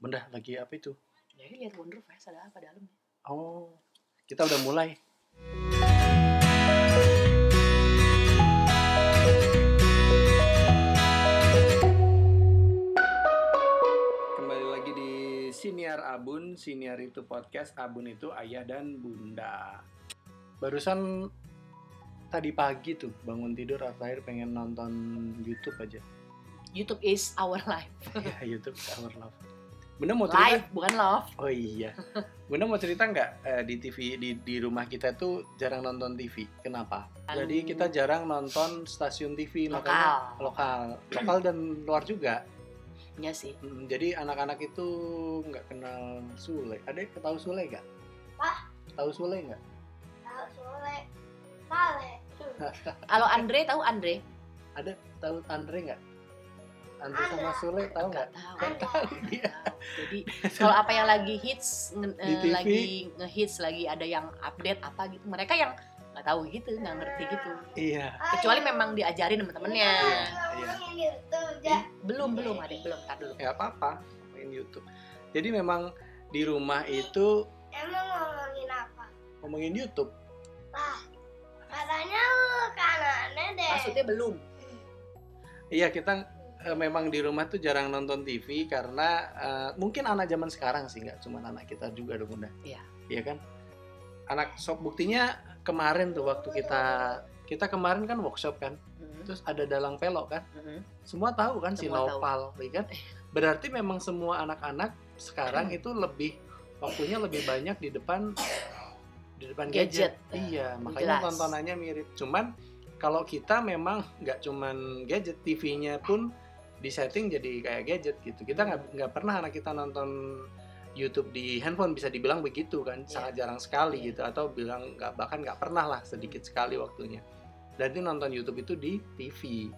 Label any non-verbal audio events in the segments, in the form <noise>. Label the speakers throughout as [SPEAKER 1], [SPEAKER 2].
[SPEAKER 1] Bunda lagi apa itu?
[SPEAKER 2] Jadi Ya, lihat Wonderfest ada apa ya. dalamnya?
[SPEAKER 1] Oh, kita udah mulai. Kembali lagi di Siniar Abun. Siniar itu podcast, Abun itu ayah dan bunda. Barusan tadi pagi tuh bangun tidur terakhir pengen nonton YouTube <laughs> aja.
[SPEAKER 2] YouTube is our life.
[SPEAKER 1] ya, YouTube Our Love. Bunda mau cerita?
[SPEAKER 2] Life bukan love.
[SPEAKER 1] Oh
[SPEAKER 3] <laughs>
[SPEAKER 1] iya. Bunda mau cerita nggak eh, di TV di di rumah kita tuh jarang nonton TV. Kenapa? Jadi kita jarang nonton stasiun TV makanya
[SPEAKER 2] lokal.
[SPEAKER 1] lokal, lokal dan luar juga.
[SPEAKER 2] Ya sih.
[SPEAKER 1] Mm, jadi anak-anak itu nggak kenal Sule. Adek tahu Sule nggak?
[SPEAKER 3] Apa?
[SPEAKER 1] Tahu Sule nggak?
[SPEAKER 3] Tahu sole, sale,
[SPEAKER 2] Kalau Andre tahu Andre?
[SPEAKER 1] Ada tahu Andre nggak? Andre
[SPEAKER 3] Ada.
[SPEAKER 1] sama Sule tahu nggak? <laughs> Iya.
[SPEAKER 2] tahu.
[SPEAKER 3] Nggak tahu
[SPEAKER 2] Nggak tahu. Jadi kalau apa yang lagi hits nge-
[SPEAKER 1] Di
[SPEAKER 2] eh,
[SPEAKER 1] TV.
[SPEAKER 2] lagi ngehits lagi ada yang update apa gitu. Mereka yang nggak tahu gitu, nggak ngerti gitu.
[SPEAKER 1] Iya.
[SPEAKER 2] Kecuali memang diajarin sama temennya.
[SPEAKER 1] Iya.
[SPEAKER 3] gitu, Iya.
[SPEAKER 2] Belum belum ada belum tar dulu.
[SPEAKER 1] Nggak apa-apa main YouTube. Jadi memang di rumah itu
[SPEAKER 3] Emang ngomongin apa?
[SPEAKER 1] ngomongin YouTube.
[SPEAKER 3] Lah, katanya lu kanannya deh.
[SPEAKER 2] Maksudnya belum.
[SPEAKER 1] Iya kita eh, memang di rumah tuh jarang nonton TV karena eh, mungkin anak zaman sekarang sih nggak cuma anak kita juga dong bunda.
[SPEAKER 2] Iya.
[SPEAKER 1] Iya kan. Anak sok buktinya kemarin tuh waktu kita kita kemarin kan workshop kan,
[SPEAKER 2] Mm-mm,
[SPEAKER 1] terus ada dalang pelok kan,
[SPEAKER 2] mm-mm.
[SPEAKER 1] semua tahu kan si
[SPEAKER 2] Semua tahu.
[SPEAKER 1] Nopal, ya
[SPEAKER 2] <laughs>
[SPEAKER 1] kan. Berarti memang semua anak-anak sekarang
[SPEAKER 2] Hmm.
[SPEAKER 1] itu lebih waktunya lebih banyak di depan di depan gadget.
[SPEAKER 2] Gadget. Hmm,
[SPEAKER 1] Iya, makanya
[SPEAKER 2] jelas.
[SPEAKER 1] tontonannya mirip. Cuman kalau kita memang nggak cuman gadget, TV-nya pun disetting jadi kayak gadget gitu. Kita nggak nggak pernah anak kita nonton YouTube di handphone bisa dibilang begitu kan sangat jarang sekali
[SPEAKER 2] Iya.
[SPEAKER 1] gitu atau bilang nggak bahkan nggak pernah lah sedikit sekali waktunya. Berarti nonton YouTube itu di TV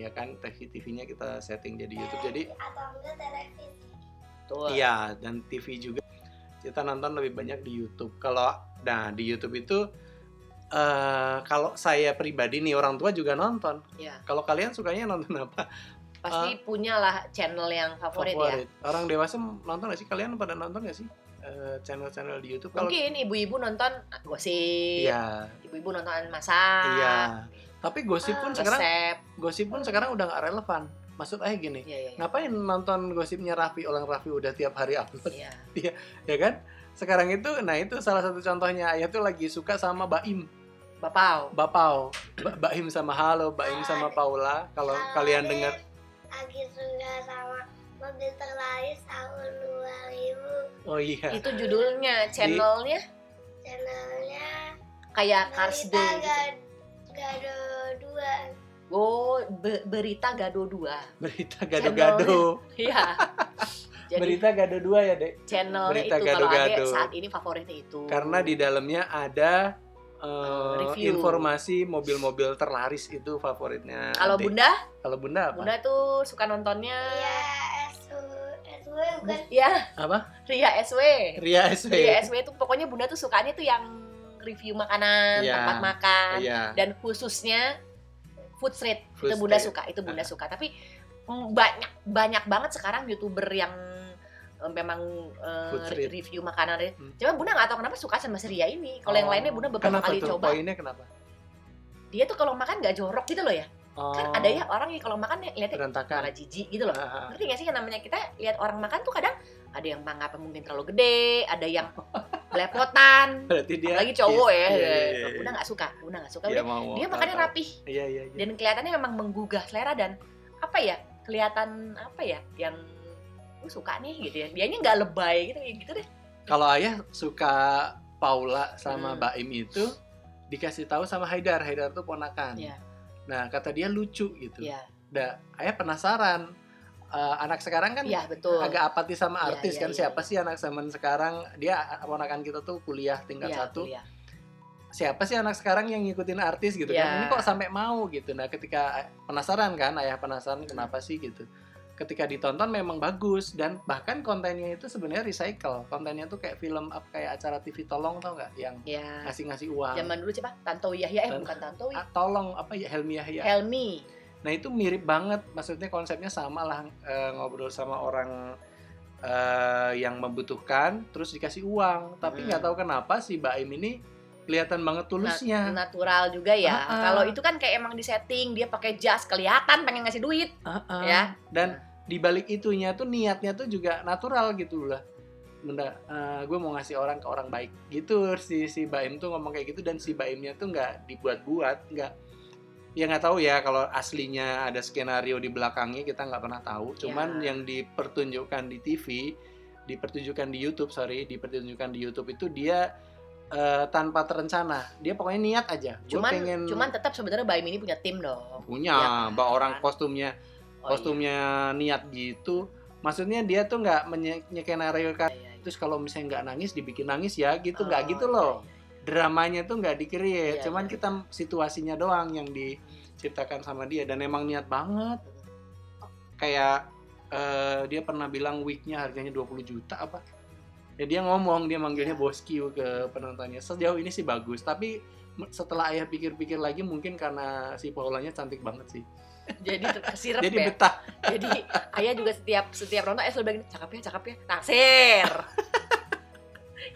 [SPEAKER 1] ya kan TV TV-nya kita setting jadi YouTube jadi
[SPEAKER 3] Eh, atau enggak televisi.
[SPEAKER 2] Tuh.
[SPEAKER 1] Iya, dan TV juga kita nonton lebih banyak di YouTube. Kalau nah di YouTube itu eh kalau saya pribadi nih orang tua juga nonton.
[SPEAKER 2] Iya.
[SPEAKER 1] Kalau kalian sukanya nonton apa? Eh.
[SPEAKER 2] Pasti punya lah channel yang favorit, ya.
[SPEAKER 1] Orang dewasa nonton gak sih? Kalian pada nonton gak sih Eh, channel-channel di YouTube? Kalau
[SPEAKER 2] Mungkin ibu-ibu nonton gosip,
[SPEAKER 1] Iya,
[SPEAKER 2] ibu-ibu nonton masak,
[SPEAKER 1] iya. Tapi gosip pun
[SPEAKER 3] Ah.
[SPEAKER 1] sekarang
[SPEAKER 2] resep.
[SPEAKER 1] gosip pun sekarang udah nggak relevan. Maksud saya gini,
[SPEAKER 2] Iya, iya, iya.
[SPEAKER 1] ngapain nonton gosipnya Raffi? Orang Raffi udah tiap hari upload. <laughs>
[SPEAKER 2] Iya.
[SPEAKER 1] ya kan? Sekarang itu, nah itu salah satu contohnya. Ayah tuh lagi suka sama Baim,
[SPEAKER 2] Bapau.
[SPEAKER 1] Bapau, Ba- Baim sama Halo, Baim sama Paula. Kalau
[SPEAKER 3] Kalau
[SPEAKER 1] kalian
[SPEAKER 3] Adit
[SPEAKER 1] dengar,
[SPEAKER 3] lagi suka sama mobil terlaris tahun 2000
[SPEAKER 1] oh
[SPEAKER 2] <laughs>
[SPEAKER 1] iya,
[SPEAKER 2] Itu judulnya, channelnya
[SPEAKER 3] channelnya
[SPEAKER 2] kayak Cars
[SPEAKER 3] Berita
[SPEAKER 2] Day. gitu.
[SPEAKER 3] Gad- Gado dua
[SPEAKER 2] Oh, be- berita Gado 2.
[SPEAKER 1] berita gado-gado,
[SPEAKER 2] Iya. <laughs> Jadi
[SPEAKER 1] berita gado dua ya dek.
[SPEAKER 2] channelnya
[SPEAKER 1] berita
[SPEAKER 2] itu kalau adek
[SPEAKER 1] gado-gado.
[SPEAKER 2] saat ini favoritnya itu.
[SPEAKER 1] Karena di dalamnya ada eh,
[SPEAKER 2] Oh, review.
[SPEAKER 1] informasi mobil-mobil terlaris itu favoritnya.
[SPEAKER 2] kalau
[SPEAKER 1] Dek.
[SPEAKER 2] Bunda,
[SPEAKER 1] kalau bunda apa?
[SPEAKER 2] Bunda tuh suka nontonnya
[SPEAKER 3] ya SW SW bukan
[SPEAKER 2] ya
[SPEAKER 1] Apa?
[SPEAKER 2] Ria SW.
[SPEAKER 1] Ria SW.
[SPEAKER 2] Ria SW tuh pokoknya Bunda tuh sukanya tuh yang review makanan,
[SPEAKER 1] Iya.
[SPEAKER 2] tempat makan.
[SPEAKER 1] Iya.
[SPEAKER 2] dan khususnya food street
[SPEAKER 1] Food
[SPEAKER 2] itu bunda
[SPEAKER 1] street.
[SPEAKER 2] suka itu bunda suka tapi mm, banyak banyak banget sekarang youtuber yang eh, memang eh,
[SPEAKER 1] Food street.
[SPEAKER 2] review makanan
[SPEAKER 1] Hmm.
[SPEAKER 2] cuma bunda nggak tahu kenapa suka sama si Ria ini kalau yang
[SPEAKER 1] Oh.
[SPEAKER 2] lainnya bunda beberapa
[SPEAKER 1] Kenapa
[SPEAKER 2] kali
[SPEAKER 1] tuh?
[SPEAKER 2] coba
[SPEAKER 1] Poinnya kenapa?
[SPEAKER 2] dia tuh kalau makan nggak jorok gitu loh ya kan ada ya orang yang kalau makan lihatnya
[SPEAKER 1] Oh. Berantakan.
[SPEAKER 2] malah jijik gitu loh
[SPEAKER 1] Ah, ah,
[SPEAKER 2] ngerti gak sih yang namanya kita lihat orang makan tuh kadang ada yang mangga mungkin terlalu gede ada yang belepotan
[SPEAKER 1] <laughs> Berarti dia
[SPEAKER 2] lagi cowok
[SPEAKER 1] Iya,
[SPEAKER 2] ya
[SPEAKER 1] iya, iya,
[SPEAKER 2] bunda nggak suka bunda nggak suka
[SPEAKER 1] iya. Iya,
[SPEAKER 2] Udah,
[SPEAKER 1] mau, mau,
[SPEAKER 2] dia
[SPEAKER 1] tahu,
[SPEAKER 2] makannya
[SPEAKER 1] tahu.
[SPEAKER 2] rapih
[SPEAKER 1] Iya, iya, iya.
[SPEAKER 2] dan kelihatannya memang menggugah selera dan apa ya kelihatan apa ya yang gue suka nih gitu ya dianya nggak lebay gitu ya gitu deh
[SPEAKER 1] kalau ayah suka Paula sama
[SPEAKER 2] Hmm.
[SPEAKER 1] Baim itu dikasih tahu sama Haidar. Haidar tuh ponakan.
[SPEAKER 2] Iya.
[SPEAKER 1] Nah, kata dia lucu gitu.
[SPEAKER 2] ya
[SPEAKER 1] Nah, ayah penasaran. Eh, anak sekarang kan
[SPEAKER 2] ya betul
[SPEAKER 1] agak apatis sama
[SPEAKER 2] Iya,
[SPEAKER 1] artis
[SPEAKER 2] iya,
[SPEAKER 1] kan.
[SPEAKER 2] iya,
[SPEAKER 1] siapa
[SPEAKER 2] iya.
[SPEAKER 1] sih anak zaman sekarang? Dia ponakan kita tuh kuliah tingkat
[SPEAKER 2] Iya,
[SPEAKER 1] satu.
[SPEAKER 2] iya.
[SPEAKER 1] Siapa sih anak sekarang yang ngikutin artis gitu kan?
[SPEAKER 2] Iya.
[SPEAKER 1] Ini kok sampai mau gitu. Nah, ketika penasaran kan, ayah penasaran kenapa sih gitu. Ketika ditonton memang bagus dan bahkan kontennya itu sebenarnya recycle. Kontennya tuh kayak film apa kayak acara TV tolong tau nggak yang
[SPEAKER 2] ya
[SPEAKER 1] ngasih-ngasih uang.
[SPEAKER 2] zaman dulu siapa Tantowi Yahya eh
[SPEAKER 1] Tan-
[SPEAKER 2] bukan Tantowi
[SPEAKER 1] Ah, tolong apa ya Helmi Yahya.
[SPEAKER 2] Helmi
[SPEAKER 1] Nah itu mirip banget, maksudnya konsepnya sama lah eh, ngobrol sama orang eh, yang membutuhkan terus dikasih uang tapi
[SPEAKER 2] Hmm. Nah,
[SPEAKER 1] nggak tahu kenapa si Baim ini kelihatan banget
[SPEAKER 2] Nat-
[SPEAKER 1] tulusnya
[SPEAKER 2] natural juga ya.
[SPEAKER 1] Ah, ah.
[SPEAKER 2] Kalau itu kan kayak emang disetting, dia pakai jas kelihatan pengen ngasih duit,
[SPEAKER 1] Heeh.
[SPEAKER 2] ya.
[SPEAKER 1] dan di balik itunya tuh niatnya tuh juga natural gitu lah benda gue mau ngasih orang ke orang baik gitu si si Baim tuh ngomong kayak gitu dan si Baimnya tuh nggak dibuat-buat nggak ya nggak tahu ya kalau aslinya ada skenario di belakangnya kita nggak pernah tahu cuman
[SPEAKER 2] Ya.
[SPEAKER 1] yang dipertunjukkan di TV dipertunjukkan di YouTube sorry dipertunjukkan di YouTube itu dia eh, tanpa terencana dia pokoknya niat aja Gua
[SPEAKER 2] Cuman
[SPEAKER 1] pengen
[SPEAKER 2] cuman tetap sebenarnya Baim ini punya tim dong.
[SPEAKER 1] punya
[SPEAKER 2] ya
[SPEAKER 1] mbak
[SPEAKER 2] kan?
[SPEAKER 1] orang kostumnya
[SPEAKER 2] Oh,
[SPEAKER 1] kostumnya niat gitu maksudnya dia tuh nggak menye- menyekenariokan
[SPEAKER 2] iya, iya, iya.
[SPEAKER 1] terus kalau misalnya nggak nangis dibikin nangis ya gitu nggak
[SPEAKER 2] Oh,
[SPEAKER 1] gitu
[SPEAKER 2] iya,
[SPEAKER 1] loh
[SPEAKER 2] iya, iya.
[SPEAKER 1] dramanya tuh nggak di
[SPEAKER 2] Iya,
[SPEAKER 1] cuman
[SPEAKER 2] iya.
[SPEAKER 1] kita situasinya doang yang diciptakan sama dia dan emang niat banget kayak eh, dia pernah bilang wignya harganya 20 juta apa ya dia ngomong dia manggilnya
[SPEAKER 2] Iya.
[SPEAKER 1] boski ke penontonnya sejauh ini sih bagus tapi m- setelah ayah pikir-pikir lagi mungkin karena si Paulanya cantik banget sih
[SPEAKER 2] Jadi ter-
[SPEAKER 1] <laughs>
[SPEAKER 2] kesirep
[SPEAKER 1] jadi
[SPEAKER 2] ya.
[SPEAKER 1] betah
[SPEAKER 2] Jadi ayah juga setiap setiap nonton ayah selalu bilang cakep ya, cakep ya. Naksir.
[SPEAKER 1] <laughs>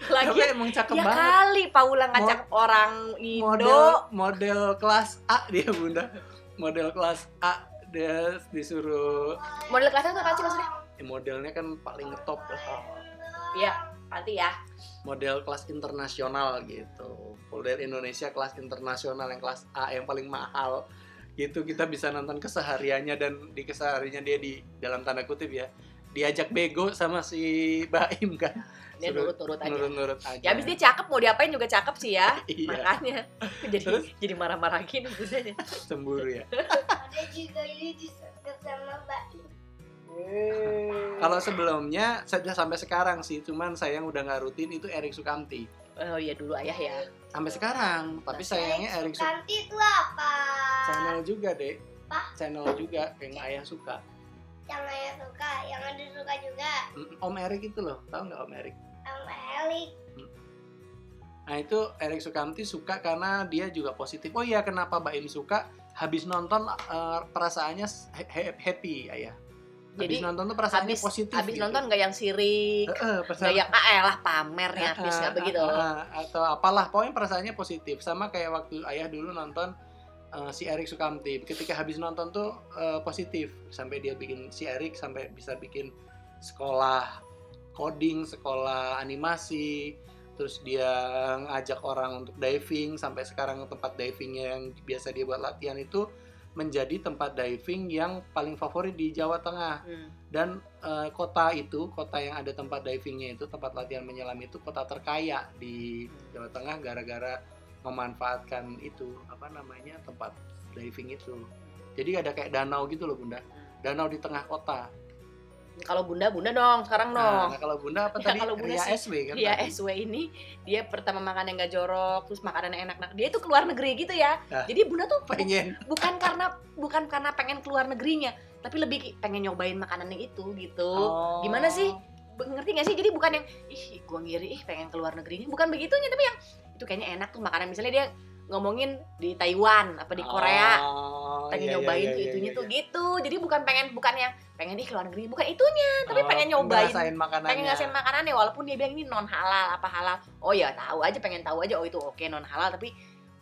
[SPEAKER 1] tapi
[SPEAKER 2] Lagi
[SPEAKER 1] emang cakep
[SPEAKER 2] ya
[SPEAKER 1] banget
[SPEAKER 2] kali Paula nggak
[SPEAKER 1] Mo-
[SPEAKER 2] cakep orang Indo.
[SPEAKER 1] model model kelas A dia bunda model kelas A dia disuruh
[SPEAKER 2] Model kelasnya tuh apa sih maksudnya?
[SPEAKER 1] eh, modelnya kan paling top lah.
[SPEAKER 2] Iya, nanti ya.
[SPEAKER 1] model kelas internasional gitu model Indonesia kelas internasional yang kelas A yang paling mahal gitu kita bisa nonton kesehariannya dan di kesehariannya dia di dalam tanda kutip ya diajak bego sama si Baim kan
[SPEAKER 2] Dia
[SPEAKER 1] Suruh
[SPEAKER 2] nurut-nurut aja.
[SPEAKER 1] nurut-nurut aja
[SPEAKER 2] Ya abis dia cakep mau diapain juga cakep sih ya.
[SPEAKER 1] iya <laughs>
[SPEAKER 2] makanya jadi
[SPEAKER 1] Terus?
[SPEAKER 2] jadi marah-marah gini bundanya
[SPEAKER 1] cemburu ya
[SPEAKER 3] Ada juga ini disedot sama Mbak
[SPEAKER 1] <laughs> Kalau sebelumnya saja sampai sekarang sih, cuman sayang udah nggak rutin itu Erik Sukamti.
[SPEAKER 2] oh iya dulu ayah ya
[SPEAKER 1] Sampai sekarang, tapi sayangnya Erik Sukamti
[SPEAKER 3] Nanti itu apa?
[SPEAKER 1] channel juga, Dek.
[SPEAKER 3] Apa?
[SPEAKER 1] Channel juga yang ayah suka.
[SPEAKER 3] Yang ayah suka, yang ada suka juga
[SPEAKER 1] Mm, Om Erik itu loh, tahu nggak Om Erik?
[SPEAKER 3] sama Elik
[SPEAKER 1] Nah itu Erik Sukamti suka karena dia juga positif. Oh iya, kenapa Baim suka? Habis nonton eh, perasaannya he- he- happy, ayah. Habis
[SPEAKER 2] Jadi,
[SPEAKER 1] nonton tuh perasaannya
[SPEAKER 2] habis-
[SPEAKER 1] positif.
[SPEAKER 2] abis
[SPEAKER 1] gitu.
[SPEAKER 2] nonton nggak yang sirik
[SPEAKER 1] Eh, eh,
[SPEAKER 2] nggak
[SPEAKER 1] perasaan-
[SPEAKER 2] yang ah elah pamernya abis nggak
[SPEAKER 1] Ah,
[SPEAKER 2] begitu
[SPEAKER 1] ah, ah, atau apalah pokoknya perasaannya positif sama kayak waktu ayah dulu nonton eh, si Erik Sukamti ketika habis nonton tuh eh, positif sampai dia bikin si Erik sampai bisa bikin sekolah coding sekolah animasi terus dia ngajak orang untuk diving sampai sekarang tempat diving yang biasa dia buat latihan itu menjadi tempat diving yang paling favorit di Jawa Tengah
[SPEAKER 2] Hmm.
[SPEAKER 1] dan eh, kota itu kota yang ada tempat divingnya itu tempat latihan menyelam itu kota terkaya di Jawa Tengah gara-gara memanfaatkan itu apa namanya tempat diving itu jadi ada kayak danau gitu loh bunda danau di tengah kota
[SPEAKER 2] kalau bunda bunda dong sekarang
[SPEAKER 1] nah,
[SPEAKER 2] dong
[SPEAKER 1] nah, kalau bunda apa
[SPEAKER 2] Ya,
[SPEAKER 1] tadi
[SPEAKER 2] kalau bunda
[SPEAKER 1] Ria
[SPEAKER 2] sih,
[SPEAKER 1] SW kan
[SPEAKER 2] dia
[SPEAKER 1] tadi?
[SPEAKER 2] SW Iya, ini dia pertama makan yang gak jorok terus makanan yang enak-enak dia itu keluar negeri gitu ya
[SPEAKER 1] Ah.
[SPEAKER 2] jadi bunda tuh bu-
[SPEAKER 1] pengen
[SPEAKER 2] bukan karena bukan karena pengen keluar negerinya tapi lebih ki- pengen nyobain makanan yang itu gitu
[SPEAKER 1] Oh.
[SPEAKER 2] gimana sih? Be- ngerti gak sih jadi bukan yang ih gua ngiri ih pengen keluar negerinya bukan begitunya tapi yang itu kayaknya enak tuh makanan misalnya dia ngomongin di Taiwan apa di Korea
[SPEAKER 1] Oh,
[SPEAKER 2] pengen
[SPEAKER 1] iya, iya,
[SPEAKER 2] nyobain
[SPEAKER 1] iya,
[SPEAKER 2] tuh
[SPEAKER 1] iya,
[SPEAKER 2] itunya
[SPEAKER 1] iya,
[SPEAKER 2] tuh
[SPEAKER 1] iya.
[SPEAKER 2] gitu jadi bukan pengen bukan yang pengen ih keluar negeri bukan itunya tapi pengen
[SPEAKER 1] Oh,
[SPEAKER 2] nyobain.
[SPEAKER 1] ngerasain makanannya
[SPEAKER 2] pengen ngasih makanannya walaupun dia bilang ini non halal apa halal oh ya tahu aja pengen tahu aja oh itu oke non halal tapi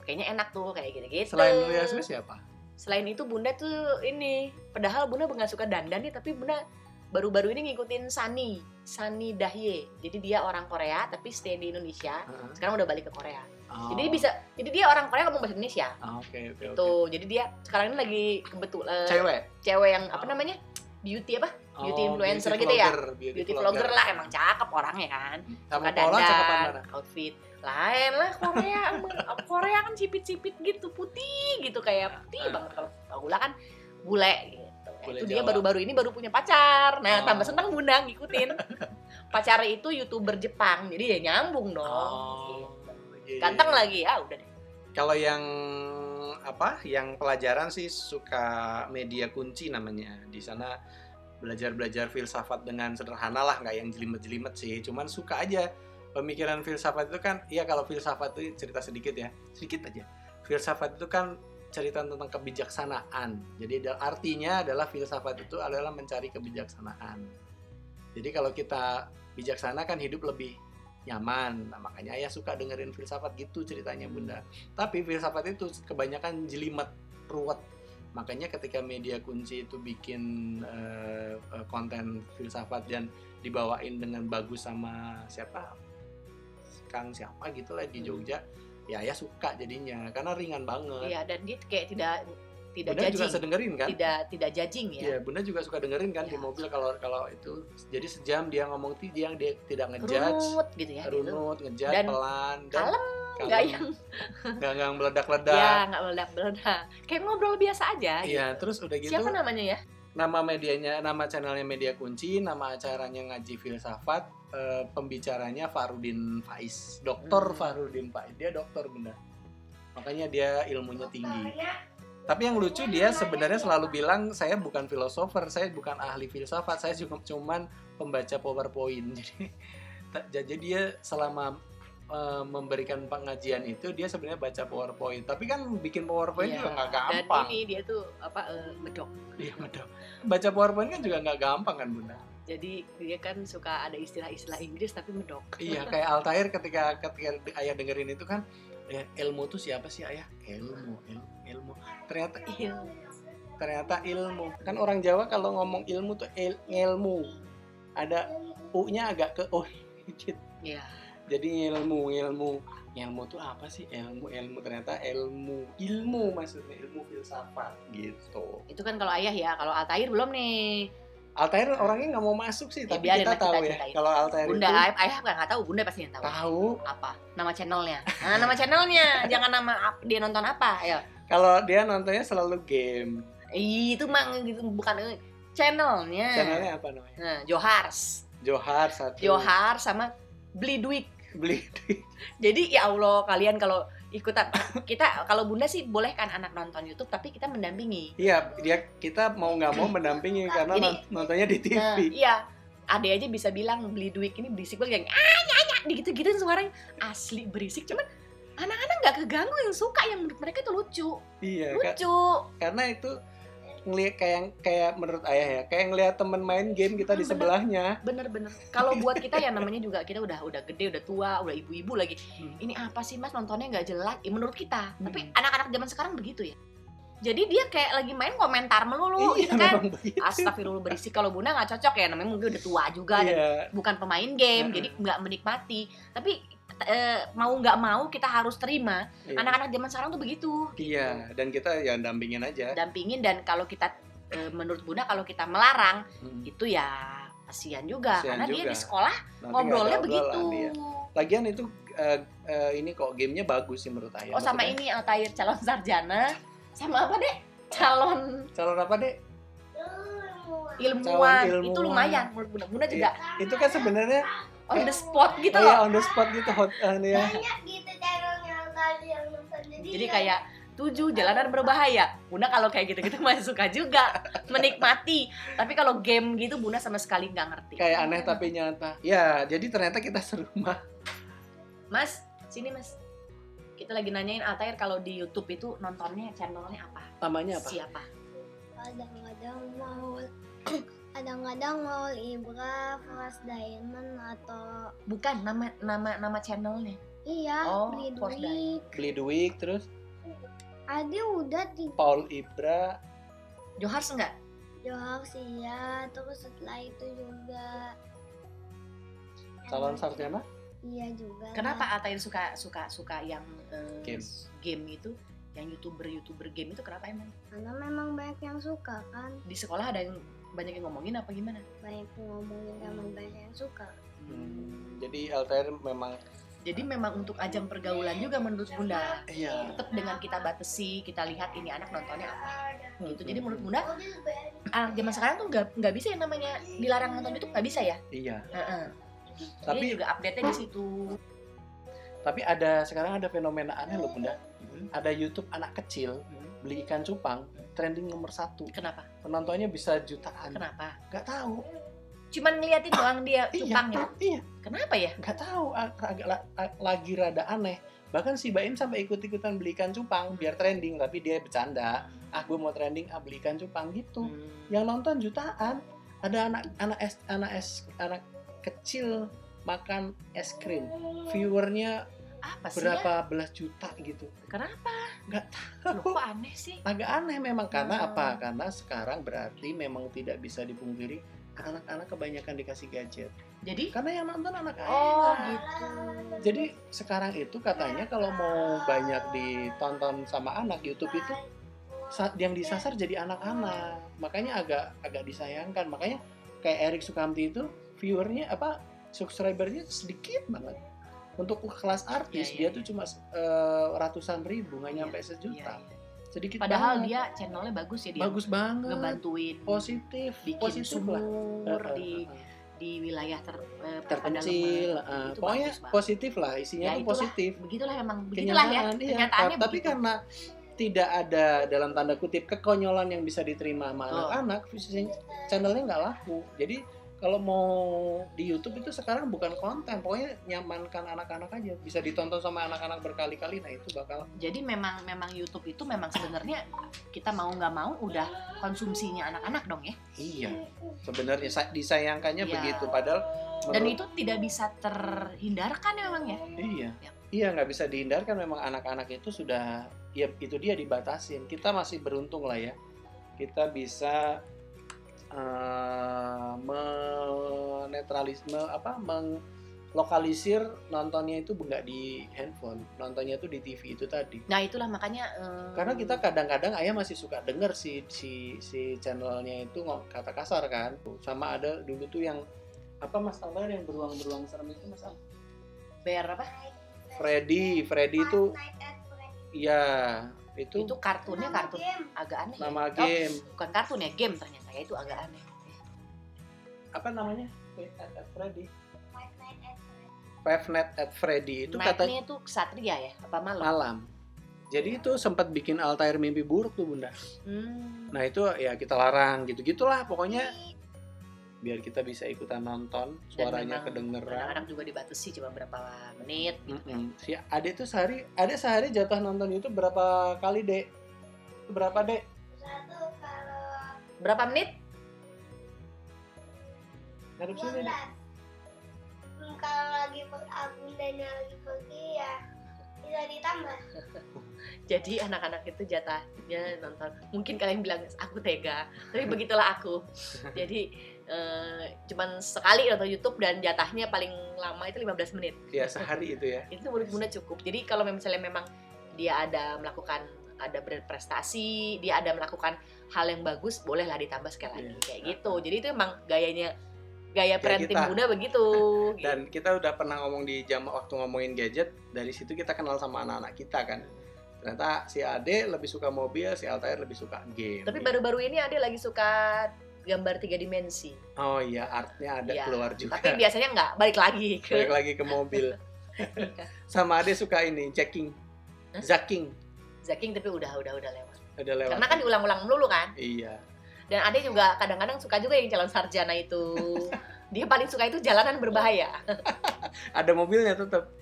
[SPEAKER 2] kayaknya enak tuh kayak gitu gitu
[SPEAKER 1] selain Ria SW siapa
[SPEAKER 2] Selain itu bunda tuh ini, padahal bunda nggak suka dandan nih, tapi bunda baru-baru ini ngikutin Sunny, Sunny Dahye. Jadi dia orang Korea tapi stay di Indonesia.
[SPEAKER 1] Heeh.
[SPEAKER 2] Sekarang udah balik ke Korea.
[SPEAKER 1] Oh,
[SPEAKER 2] Jadi Gitu. bisa, jadi dia orang Korea ngomong bahasa Indonesia.
[SPEAKER 1] oh, oke oke oke.
[SPEAKER 2] Tuh, jadi dia sekarang ini lagi kebetulan
[SPEAKER 1] cewek
[SPEAKER 2] cewek yang apa
[SPEAKER 1] Oh.
[SPEAKER 2] namanya? Beauty apa?
[SPEAKER 1] Oh,
[SPEAKER 2] Beauty influencer gitu ya?
[SPEAKER 1] vlogger, beauty,
[SPEAKER 2] Beauty vlogger lah emang cakep orangnya kan.
[SPEAKER 1] sama
[SPEAKER 2] Suka
[SPEAKER 1] Paula cakepan
[SPEAKER 2] dandan,
[SPEAKER 1] mana?
[SPEAKER 2] outfit. Lain lah
[SPEAKER 1] <laughs>
[SPEAKER 2] Korea, emang. Korea kan cipit-cipit gitu, putih gitu kayak putih
[SPEAKER 1] Ah.
[SPEAKER 2] banget. Kalau Paula kan bule gitu. Nah,
[SPEAKER 1] Bule
[SPEAKER 2] itu dia
[SPEAKER 1] Jawa.
[SPEAKER 2] baru-baru ini baru punya pacar. Nah,
[SPEAKER 1] Oh.
[SPEAKER 2] tambah seneng Bunda
[SPEAKER 1] <laughs>
[SPEAKER 2] ngikutin. Pacarnya itu YouTuber Jepang, jadi ya nyambung dong.
[SPEAKER 1] iya, iya.
[SPEAKER 2] Oh. Ganteng lagi ya, udah deh.
[SPEAKER 1] Kalau yang apa? Yang pelajaran sih suka media kunci namanya. Di sana belajar-belajar filsafat dengan sederhana lah, nggak yang jelimet-jelimet sih. Cuman suka aja pemikiran filsafat itu kan. Iya kalau filsafat itu cerita sedikit ya, sedikit aja. Filsafat itu kan cerita tentang kebijaksanaan. Jadi da- artinya adalah filsafat itu adalah mencari kebijaksanaan. Jadi kalau kita bijaksana kan hidup lebih nyaman. Nah, makanya ayah suka dengerin filsafat gitu ceritanya bunda. Tapi filsafat itu kebanyakan jelimet, ruwet. Makanya ketika media kunci itu bikin eh, eh, konten filsafat dan dibawain dengan bagus sama siapa? Kang siapa gitu lah di
[SPEAKER 2] Hmm.
[SPEAKER 1] Jogja. Ya ayah suka jadinya karena ringan banget.
[SPEAKER 2] Iya, dan dia kayak tidak tidak
[SPEAKER 1] Bunda juga
[SPEAKER 2] judging.
[SPEAKER 1] sedengerin kan?
[SPEAKER 2] Tidak tidak judging ya.
[SPEAKER 1] Iya, Bunda juga suka dengerin kan di
[SPEAKER 2] Iya.
[SPEAKER 1] mobil kalau kalau itu. Jadi sejam dia ngomong ti dia dia tidak ngejudge,
[SPEAKER 2] Runut gitu ya. Gitu.
[SPEAKER 1] runut, ngejudge
[SPEAKER 2] Dan
[SPEAKER 1] pelan
[SPEAKER 2] kalem,
[SPEAKER 1] kalem.
[SPEAKER 2] Nggak ya? yang
[SPEAKER 1] nggak nggak meledak-ledak.
[SPEAKER 2] ya nggak meledak-meledak. Kayak ngobrol biasa aja.
[SPEAKER 1] Iya, terus udah gitu
[SPEAKER 2] Siapa namanya ya?
[SPEAKER 1] nama medianya, nama channelnya Media Kunci, nama acaranya ngaji filsafat, eh, pembicaranya Farudin Faiz, Dokter
[SPEAKER 2] Hmm.
[SPEAKER 1] Farudin Faiz. Dia dokter Bunda. Makanya dia
[SPEAKER 2] Oh,
[SPEAKER 1] ilmunya tinggi.
[SPEAKER 3] Pokoknya
[SPEAKER 1] Tapi yang lucu dia sebenarnya selalu bilang saya bukan filosofer, saya bukan ahli filsafat, saya cuma cuman pembaca PowerPoint. <laughs> Jadi ta- jadi dia selama eh, memberikan pengajian itu dia sebenarnya baca PowerPoint. Tapi kan bikin PowerPoint
[SPEAKER 2] Iya.
[SPEAKER 1] juga nggak
[SPEAKER 2] Dan
[SPEAKER 1] gampang.
[SPEAKER 2] ini dia tuh apa eh, medok.
[SPEAKER 1] Iya, betul. Baca PowerPoint kan juga nggak gampang kan, Bunda?
[SPEAKER 2] Jadi dia kan suka ada istilah-istilah Inggris tapi medok.
[SPEAKER 1] Iya, kayak Altair ketika ketika ayah dengerin itu kan ya, ilmu tuh siapa sih ayah? Ilmu, ilmu, ilmu. Ternyata
[SPEAKER 2] Ilmu.
[SPEAKER 1] ternyata ilmu kan orang Jawa kalau ngomong ilmu tuh il, ilmu ada u-nya agak ke oh dikit
[SPEAKER 2] Iya.
[SPEAKER 1] jadi ilmu ilmu ilmu tuh apa sih ilmu ilmu ternyata ilmu ilmu maksudnya ilmu filsafat gitu
[SPEAKER 2] Itu kan kalau ayah ya, kalau Altair belum nih.
[SPEAKER 1] Altair orangnya nggak mau masuk sih
[SPEAKER 2] Ya,
[SPEAKER 1] tapi
[SPEAKER 2] biarin
[SPEAKER 1] kita
[SPEAKER 2] lah, kita
[SPEAKER 1] tahu ya
[SPEAKER 2] ceritain.
[SPEAKER 1] kalau Altair
[SPEAKER 2] Bunda
[SPEAKER 1] itu
[SPEAKER 2] ayah, ayah nggak nggak tahu, Bunda pasti yang tahu.
[SPEAKER 1] tahu
[SPEAKER 2] Apa? Nama channelnya. Nah, nama channelnya. Jangan nama ap- dia nonton apa. Ayo.
[SPEAKER 1] kalau dia nontonnya selalu game
[SPEAKER 2] Ih, itu mah gitu bukan eh, channelnya.
[SPEAKER 1] channelnya apa namanya
[SPEAKER 2] Nah, Johars.
[SPEAKER 1] Johar satu
[SPEAKER 2] Johar sama Beli Duit.
[SPEAKER 1] beli
[SPEAKER 2] Jadi ya Allah kalian kalau ikutan kita kalau Bunda sih boleh kan anak nonton YouTube tapi kita mendampingi.
[SPEAKER 1] iya dia kita mau nggak mau mendampingi karena
[SPEAKER 2] Jadi-
[SPEAKER 1] nont- nontonnya di TV
[SPEAKER 2] Nah, iya. Ade aja bisa bilang beli duit ini berisik banget yang ah gitu gituin suaranya asli berisik cuman anak-anak nggak keganggu yang suka yang menurut mereka itu lucu
[SPEAKER 1] iya Kak.
[SPEAKER 2] lucu
[SPEAKER 1] karena itu ngelihat kayak kayak menurut ayah ya kayak ngelihat temen main game kita di
[SPEAKER 2] Bener.
[SPEAKER 1] sebelahnya
[SPEAKER 2] bener-bener kalau buat kita ya namanya juga kita udah udah gede udah tua udah ibu-ibu lagi
[SPEAKER 1] Hmm.
[SPEAKER 2] ini apa sih mas nontonnya nggak jelas Ya, menurut kita tapi
[SPEAKER 1] Hmm.
[SPEAKER 2] anak-anak zaman sekarang begitu ya jadi dia kayak lagi main komentar melulu gitu
[SPEAKER 1] Iya,
[SPEAKER 2] kan
[SPEAKER 1] memang begitu.
[SPEAKER 2] Astagfirullah berisik kalau Bunda nggak cocok ya namanya mungkin udah tua juga dan
[SPEAKER 1] Iya,
[SPEAKER 2] bukan pemain game
[SPEAKER 1] Mm-mm.
[SPEAKER 2] jadi nggak menikmati tapi eh, mau nggak mau kita harus terima
[SPEAKER 1] iya.
[SPEAKER 2] anak-anak zaman sekarang tuh begitu
[SPEAKER 1] iya dan kita ya dampingin aja
[SPEAKER 2] dampingin dan kalau kita eh, menurut Bunda kalau kita melarang
[SPEAKER 1] Hmm.
[SPEAKER 2] itu ya kasihan juga
[SPEAKER 1] Kasihan
[SPEAKER 2] karena dia
[SPEAKER 1] juga.
[SPEAKER 2] di sekolah
[SPEAKER 1] Nanti
[SPEAKER 2] ngobrolnya
[SPEAKER 1] nggak ada
[SPEAKER 2] begitu
[SPEAKER 1] obrolan, iya. lagian itu eh, eh, ini kok gamenya bagus sih menurut ayah
[SPEAKER 2] oh sama
[SPEAKER 1] Iya, Maksudnya,
[SPEAKER 2] ini Altair calon sarjana sama apa deh calon
[SPEAKER 1] calon apa deh
[SPEAKER 3] ilmu.
[SPEAKER 2] ilmuwan,
[SPEAKER 1] Calon
[SPEAKER 2] itu
[SPEAKER 1] ilmuwan.
[SPEAKER 2] lumayan menurut Bunda Bunda juga
[SPEAKER 1] itu kan sebenarnya
[SPEAKER 2] on the spot gitu
[SPEAKER 1] oh,
[SPEAKER 2] loh
[SPEAKER 1] ya, on the spot gitu hot eh,
[SPEAKER 2] Iya.
[SPEAKER 1] ya
[SPEAKER 3] Banyak gitu channel yang tadi yang nonton. Jadi, ya,
[SPEAKER 2] Jadi kayak tujuh jalanan berbahaya. Bunda kalau kayak gitu-gitu masih suka juga menikmati. Tapi kalau game gitu Bunda sama sekali nggak ngerti.
[SPEAKER 1] kayak aneh tapi nyata ya jadi ternyata kita <laughs> serumah
[SPEAKER 2] Mas, sini Mas. Kita lagi nanyain Altair kalau di YouTube itu nontonnya channelnya apa?
[SPEAKER 1] namanya apa
[SPEAKER 2] Siapa?
[SPEAKER 3] kadang-kadang mau <clears throat> kadang-kadang mau Ibra, Frost Diamond atau
[SPEAKER 2] Bukan nama nama nama channelnya.
[SPEAKER 3] iya
[SPEAKER 2] Oh,
[SPEAKER 3] beli
[SPEAKER 2] Frost
[SPEAKER 3] duit.
[SPEAKER 1] beli duit terus
[SPEAKER 3] Adi udah di
[SPEAKER 1] Paul Ibra
[SPEAKER 2] Johars enggak?
[SPEAKER 3] Johor sih ya, terus setelah itu juga
[SPEAKER 1] calon
[SPEAKER 2] Hmm.
[SPEAKER 3] Emang-
[SPEAKER 1] sarjana
[SPEAKER 3] Iya juga.
[SPEAKER 2] Kenapa
[SPEAKER 1] Ah.
[SPEAKER 2] Altair suka suka suka yang eh,
[SPEAKER 1] Game.
[SPEAKER 2] game itu? Yang youtuber-youtuber game itu kenapa emang?
[SPEAKER 3] Karena memang banyak yang suka kan,
[SPEAKER 2] Di sekolah ada yang banyak yang ngomongin apa gimana?
[SPEAKER 3] banyak yang ngomongin emang banyak yang suka.
[SPEAKER 1] Hmm, jadi Altair memang
[SPEAKER 2] Jadi
[SPEAKER 1] Ah.
[SPEAKER 2] memang untuk ajang pergaulan juga menurut Bunda.
[SPEAKER 1] iya
[SPEAKER 2] tetap dengan kita batasi kita lihat ini anak nontonnya apa gitu
[SPEAKER 1] Hmm.
[SPEAKER 2] jadi menurut bunda
[SPEAKER 3] Mobil band.
[SPEAKER 2] anak zaman sekarang tuh nggak nggak bisa yang namanya dilarang nonton YouTube nggak bisa ya
[SPEAKER 1] iya
[SPEAKER 2] Heeh.
[SPEAKER 1] tapi
[SPEAKER 2] Dia juga update nya di situ
[SPEAKER 1] tapi ada sekarang ada fenomena aneh loh bunda ada YouTube anak kecil beli ikan cupang trending nomor satu
[SPEAKER 2] kenapa
[SPEAKER 1] penontonnya bisa jutaan
[SPEAKER 2] kenapa
[SPEAKER 1] nggak tahu
[SPEAKER 2] cuman ngeliatin doang dia
[SPEAKER 1] iya
[SPEAKER 2] cupangnya
[SPEAKER 1] iya
[SPEAKER 2] kenapa ya
[SPEAKER 1] nggak tahu ag- agak la- ag- lagi rada aneh bahkan si Baim sampai ikut ikutan beli ikan cupang biar trending tapi dia bercanda ah gue mau trending ah beli ikan cupang gitu yang nonton jutaan ada anak anak es anak es anak kecil makan es krim viewernya
[SPEAKER 2] Apa sih ya?
[SPEAKER 1] berapa belas juta gitu
[SPEAKER 2] Kenapa?
[SPEAKER 1] nggak
[SPEAKER 2] Loh,
[SPEAKER 1] tahu
[SPEAKER 2] kok aneh sih?
[SPEAKER 1] agak aneh memang karena
[SPEAKER 2] Hmm.
[SPEAKER 1] apa karena sekarang berarti memang tidak bisa dipungkiri anak-anak kebanyakan dikasih gadget
[SPEAKER 2] Jadi
[SPEAKER 1] karena yang nonton anak
[SPEAKER 2] Oh,
[SPEAKER 1] anak
[SPEAKER 2] gitu.
[SPEAKER 1] jadi sekarang itu katanya kalau mau banyak ditonton sama anak YouTube itu sa- yang disasar jadi anak-anak makanya agak agak disayangkan makanya kayak Erik Sukamti itu viewernya apa subscribernya sedikit banget untuk kelas artis
[SPEAKER 2] Iya, iya,
[SPEAKER 1] dia tuh
[SPEAKER 2] iya.
[SPEAKER 1] cuma eh, ratusan ribu nggak
[SPEAKER 2] Iya,
[SPEAKER 1] nyampe
[SPEAKER 2] Iya,
[SPEAKER 1] sejuta
[SPEAKER 2] iya.
[SPEAKER 1] sedikit
[SPEAKER 2] Padahal
[SPEAKER 1] banget.
[SPEAKER 2] dia channelnya bagus ya dia
[SPEAKER 1] bagus banget
[SPEAKER 2] ngebantuin
[SPEAKER 1] positif
[SPEAKER 2] bikin
[SPEAKER 1] positif lah
[SPEAKER 2] sumur
[SPEAKER 1] Eh, eh,
[SPEAKER 2] di
[SPEAKER 1] eh, eh.
[SPEAKER 2] di wilayah ter, eh,
[SPEAKER 1] terpencil
[SPEAKER 2] pedalaman.
[SPEAKER 1] eh,
[SPEAKER 2] Itu
[SPEAKER 1] pokoknya
[SPEAKER 2] bagus banget.
[SPEAKER 1] positif lah isinya
[SPEAKER 2] Ya,
[SPEAKER 1] tuh
[SPEAKER 2] itulah.
[SPEAKER 1] positif
[SPEAKER 2] Begitulah emang begitulah ya
[SPEAKER 1] kenyataan iya.
[SPEAKER 2] kenyataannya.
[SPEAKER 1] tapi
[SPEAKER 2] begitu.
[SPEAKER 1] karena tidak ada dalam tanda kutip kekonyolan yang bisa diterima sama
[SPEAKER 2] Betul.
[SPEAKER 1] anak-anak visinya- channelnya nggak laku jadi kalau mau di YouTube itu sekarang bukan konten pokoknya nyamankan anak-anak aja bisa ditonton sama anak-anak berkali-kali nah itu bakal
[SPEAKER 2] jadi memang memang YouTube itu memang sebenarnya kita mau nggak mau udah konsumsinya anak-anak dong ya.
[SPEAKER 1] iya sebenarnya sa- disayangkannya
[SPEAKER 2] Iya.
[SPEAKER 1] begitu padahal
[SPEAKER 2] Dan
[SPEAKER 1] menurut-
[SPEAKER 2] itu tidak bisa terhindarkan ya memang ya.
[SPEAKER 1] Iya.
[SPEAKER 2] Ya.
[SPEAKER 1] Iya nggak bisa dihindarkan memang anak-anak itu sudah ya itu dia dibatasin. Kita masih beruntung lah ya. Kita bisa eh, menetralisme apa menglokalisir nontonnya itu nggak di handphone, nontonnya itu di TV itu tadi.
[SPEAKER 2] Nah itulah makanya. eh,
[SPEAKER 1] Karena kita kadang-kadang ayah masih suka denger si si si channelnya itu ngom- kata kasar kan. Sama ada dulu tuh yang apa Mas Albar yang beruang-beruang serem itu Mas Albar?
[SPEAKER 2] ber apa?
[SPEAKER 1] Freddy, Freddy itu Iya, itu,
[SPEAKER 2] Itu kartunnya kartun agak aneh. ya.
[SPEAKER 1] nama
[SPEAKER 2] Oh,
[SPEAKER 1] game
[SPEAKER 2] bukan kartun ya game ternyata ya itu agak aneh.
[SPEAKER 1] apa namanya? Five Nights at Freddy. Five Nights at Freddy itu katanya
[SPEAKER 2] Nightnya itu kesatria ya apa malam?
[SPEAKER 1] malam. Jadi itu sempat bikin Altair mimpi buruk tuh bunda.
[SPEAKER 2] Hmm.
[SPEAKER 1] Nah itu ya kita larang gitu gitulah pokoknya biar kita bisa ikutan nonton suaranya
[SPEAKER 2] memang
[SPEAKER 1] kedengeran.
[SPEAKER 2] Anak-anak juga dibatasi cuma berapa menit.
[SPEAKER 1] Mm-mm. Si Ade tuh sehari, Ade sehari jatah nonton YouTube berapa kali dek? Berapa dek?
[SPEAKER 2] Berapa menit?
[SPEAKER 1] Ngadep sini dek.
[SPEAKER 3] Hmm, Kalau lagi per- abundannya lagi pergi ya bisa ditambah.
[SPEAKER 2] Jadi anak-anak itu jatahnya nonton. Mungkin kalian bilang aku tega, tapi begitulah
[SPEAKER 1] <laughs>
[SPEAKER 2] aku. Jadi eh, cuman sekali nonton YouTube dan jatahnya paling lama itu 15 menit.
[SPEAKER 1] Ya sehari itu ya.
[SPEAKER 2] Itu menurut Bunda cukup. Jadi kalau misalnya memang dia ada melakukan ada berprestasi, dia ada melakukan hal yang bagus, bolehlah ditambah sekali lagi
[SPEAKER 1] Iya.
[SPEAKER 2] kayak gitu. Jadi itu emang gayanya gaya parenting
[SPEAKER 1] kita.
[SPEAKER 2] Bunda begitu.
[SPEAKER 1] <laughs> dan kita udah pernah ngomong di jam waktu ngomongin gadget dari situ kita kenal sama anak-anak kita kan ternyata si Ade lebih suka mobil si Altair lebih suka game
[SPEAKER 2] Gitu. Tapi baru-baru ini ada lagi suka gambar tiga dimensi.
[SPEAKER 1] oh iya artnya ada
[SPEAKER 2] Iya,
[SPEAKER 1] keluar juga <laughs>
[SPEAKER 2] Tapi biasanya nggak balik lagi ke
[SPEAKER 1] balik lagi ke
[SPEAKER 2] <laughs>
[SPEAKER 1] mobil sama Ade suka ini jacking
[SPEAKER 2] Hah?
[SPEAKER 1] jacking
[SPEAKER 2] Zaking tapi udah udah udah lewat.
[SPEAKER 1] ada lewat
[SPEAKER 2] Karena kan diulang-ulang melulu kan.
[SPEAKER 1] iya
[SPEAKER 2] Dan ada juga kadang-kadang suka juga yang jalan sarjana <laughs> itu. Dia paling suka itu jalanan berbahaya.
[SPEAKER 1] ada mobilnya tetap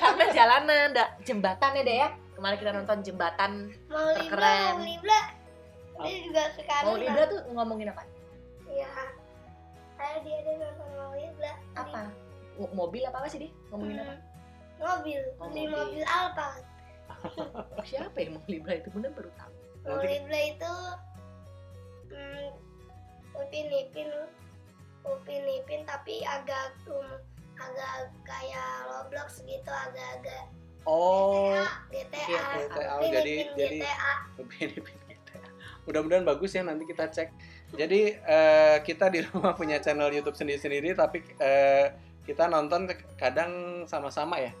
[SPEAKER 2] Karena jalanan, da, jembatannya deh ya. Kemarin kita nonton jembatan.
[SPEAKER 3] Mau libra,
[SPEAKER 2] Terkeren.
[SPEAKER 3] mau libra. Dia juga suka
[SPEAKER 2] Mau
[SPEAKER 3] libra.
[SPEAKER 2] Libra tuh ngomongin apa?
[SPEAKER 3] Iya. Saya dia ada nonton mau libra.
[SPEAKER 2] Apa? Mo- Mobil apa, apa sih dia? Ngomongin apa?
[SPEAKER 3] Hmm, Mobil,
[SPEAKER 2] Oh,
[SPEAKER 3] di
[SPEAKER 2] mobil.
[SPEAKER 3] mobil Alphard.
[SPEAKER 2] Siapa yang mau Libra itu? Bener baru tahu.
[SPEAKER 1] Nanti-
[SPEAKER 3] Horrible itu hmm, Upin Ipin Upin Ipin tapi agak um, agak kayak Roblox gitu agak-agak
[SPEAKER 1] oh
[SPEAKER 2] Oke,
[SPEAKER 3] GTA
[SPEAKER 2] oke.
[SPEAKER 1] GTA
[SPEAKER 3] Upin
[SPEAKER 1] jadi
[SPEAKER 3] Ipin
[SPEAKER 1] jadi
[SPEAKER 3] GTA
[SPEAKER 1] Bini-bini kita. Mudah-mudahan bagus ya nanti kita cek. Jadi eh, kita di rumah <laughs> punya channel YouTube sendiri-sendiri tapi eh, kita nonton kadang sama-sama ya.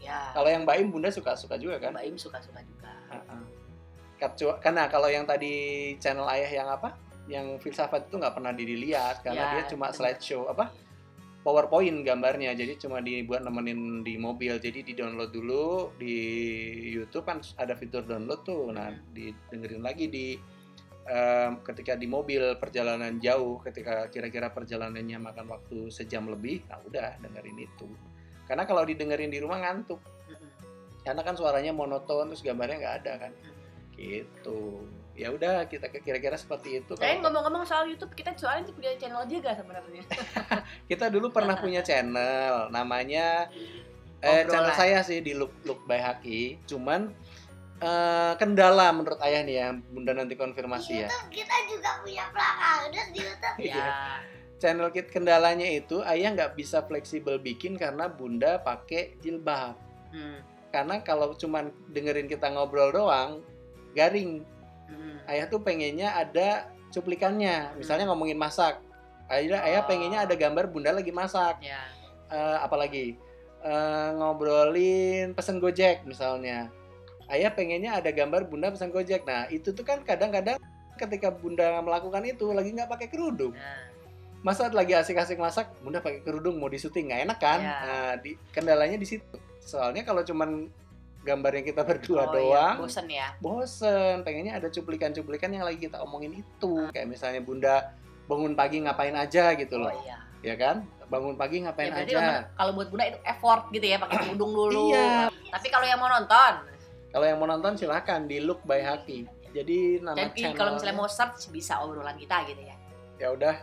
[SPEAKER 2] Ya,
[SPEAKER 1] Kalau yang Baim Bunda suka-suka juga kan?
[SPEAKER 2] Mbak Im suka-suka juga.
[SPEAKER 1] Heeh. Kecua- Karena kalau yang tadi channel ayah yang apa? Yang filsafat itu nggak pernah dilihat karena
[SPEAKER 2] Ya,
[SPEAKER 1] dia cuma
[SPEAKER 2] benar.
[SPEAKER 1] slideshow apa? PowerPoint gambarnya, jadi cuma dibuat nemenin di mobil, jadi di download dulu di YouTube kan ada fitur download tuh, nah didengerin lagi di em, ketika di mobil perjalanan jauh, ketika kira-kira perjalanannya makan waktu sejam lebih, nah udah dengerin itu, karena kalau didengerin di rumah ngantuk,
[SPEAKER 2] Mm-mm.
[SPEAKER 1] karena kan suaranya monoton terus gambarnya nggak ada kan,
[SPEAKER 2] Mm-mm.
[SPEAKER 1] gitu. ya udah kita kira-kira seperti itu
[SPEAKER 2] Lain
[SPEAKER 1] Kalau-
[SPEAKER 2] ngomong-ngomong soal YouTube, kita soalnya punya channel juga <laughs> sebenarnya.
[SPEAKER 1] kita dulu pernah punya channel namanya eh,
[SPEAKER 2] Obrolan.
[SPEAKER 1] channel saya sih di Look Look by Haki cuman eh, kendala menurut ayah nih ya bunda nanti
[SPEAKER 3] Di
[SPEAKER 1] konfirmasi ya
[SPEAKER 3] YouTube kita juga punya prakadus di YouTube.
[SPEAKER 2] ya.
[SPEAKER 1] channel kit kendalanya itu ayah nggak bisa fleksibel bikin karena bunda pakai jilbab
[SPEAKER 2] <laughs> Hmm.
[SPEAKER 1] karena kalau cuman dengerin kita ngobrol doang garing
[SPEAKER 2] Hmm.
[SPEAKER 1] ayah tuh pengennya ada cuplikannya misalnya ngomongin masak ayah ayah
[SPEAKER 2] Oh.
[SPEAKER 1] pengennya ada gambar bunda lagi masak
[SPEAKER 2] Ya.
[SPEAKER 1] eh apalagi Eh, ngobrolin pesen gojek misalnya ayah pengennya ada gambar bunda pesen gojek nah itu tuh kan kadang-kadang ketika bunda melakukan itu lagi nggak pakai kerudung
[SPEAKER 2] Nah,
[SPEAKER 1] masa lagi asik-asik masak bunda pakai kerudung mau di syuting nggak enak kan
[SPEAKER 2] Ya.
[SPEAKER 1] nah, di, kendalanya di situ soalnya kalau cuman gambar yang kita berdua
[SPEAKER 2] oh,
[SPEAKER 1] doang
[SPEAKER 2] Iya. Bosen ya.
[SPEAKER 1] bosen pengennya ada cuplikan-cuplikan yang lagi kita omongin itu
[SPEAKER 2] Ah.
[SPEAKER 1] kayak misalnya bunda bangun pagi ngapain aja gitu
[SPEAKER 2] Oh
[SPEAKER 1] loh
[SPEAKER 2] iya.
[SPEAKER 1] ya kan bangun pagi ngapain
[SPEAKER 2] ya berarti
[SPEAKER 1] aja
[SPEAKER 2] kalau- kalau buat bunda itu effort gitu ya pakai kerudung dulu.
[SPEAKER 1] Iya.
[SPEAKER 2] Tapi kalau yang mau nonton,
[SPEAKER 1] Kalau yang mau nonton silahkan di Look
[SPEAKER 2] Iya,
[SPEAKER 1] by Haki. Jadi nama
[SPEAKER 2] jadi
[SPEAKER 1] channel.
[SPEAKER 2] kalau misalnya mau search bisa obrolan kita gitu ya.
[SPEAKER 1] ya udah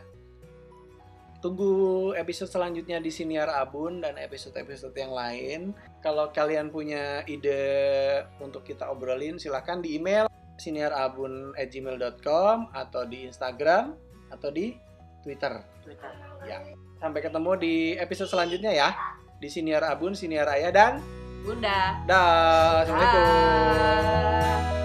[SPEAKER 1] tunggu episode selanjutnya di Siniar Abun dan episode-episode yang lain. Kalau kalian punya ide untuk kita obrolin silahkan di email siniarabun@gmail.com atau di Instagram atau di Twitter.
[SPEAKER 2] Twitter.
[SPEAKER 1] Ya. Sampai ketemu di episode selanjutnya ya. Di Siniar Abun, Siniar Ayah dan
[SPEAKER 2] Bunda.
[SPEAKER 1] dah. Assalamualaikum.
[SPEAKER 2] Dah.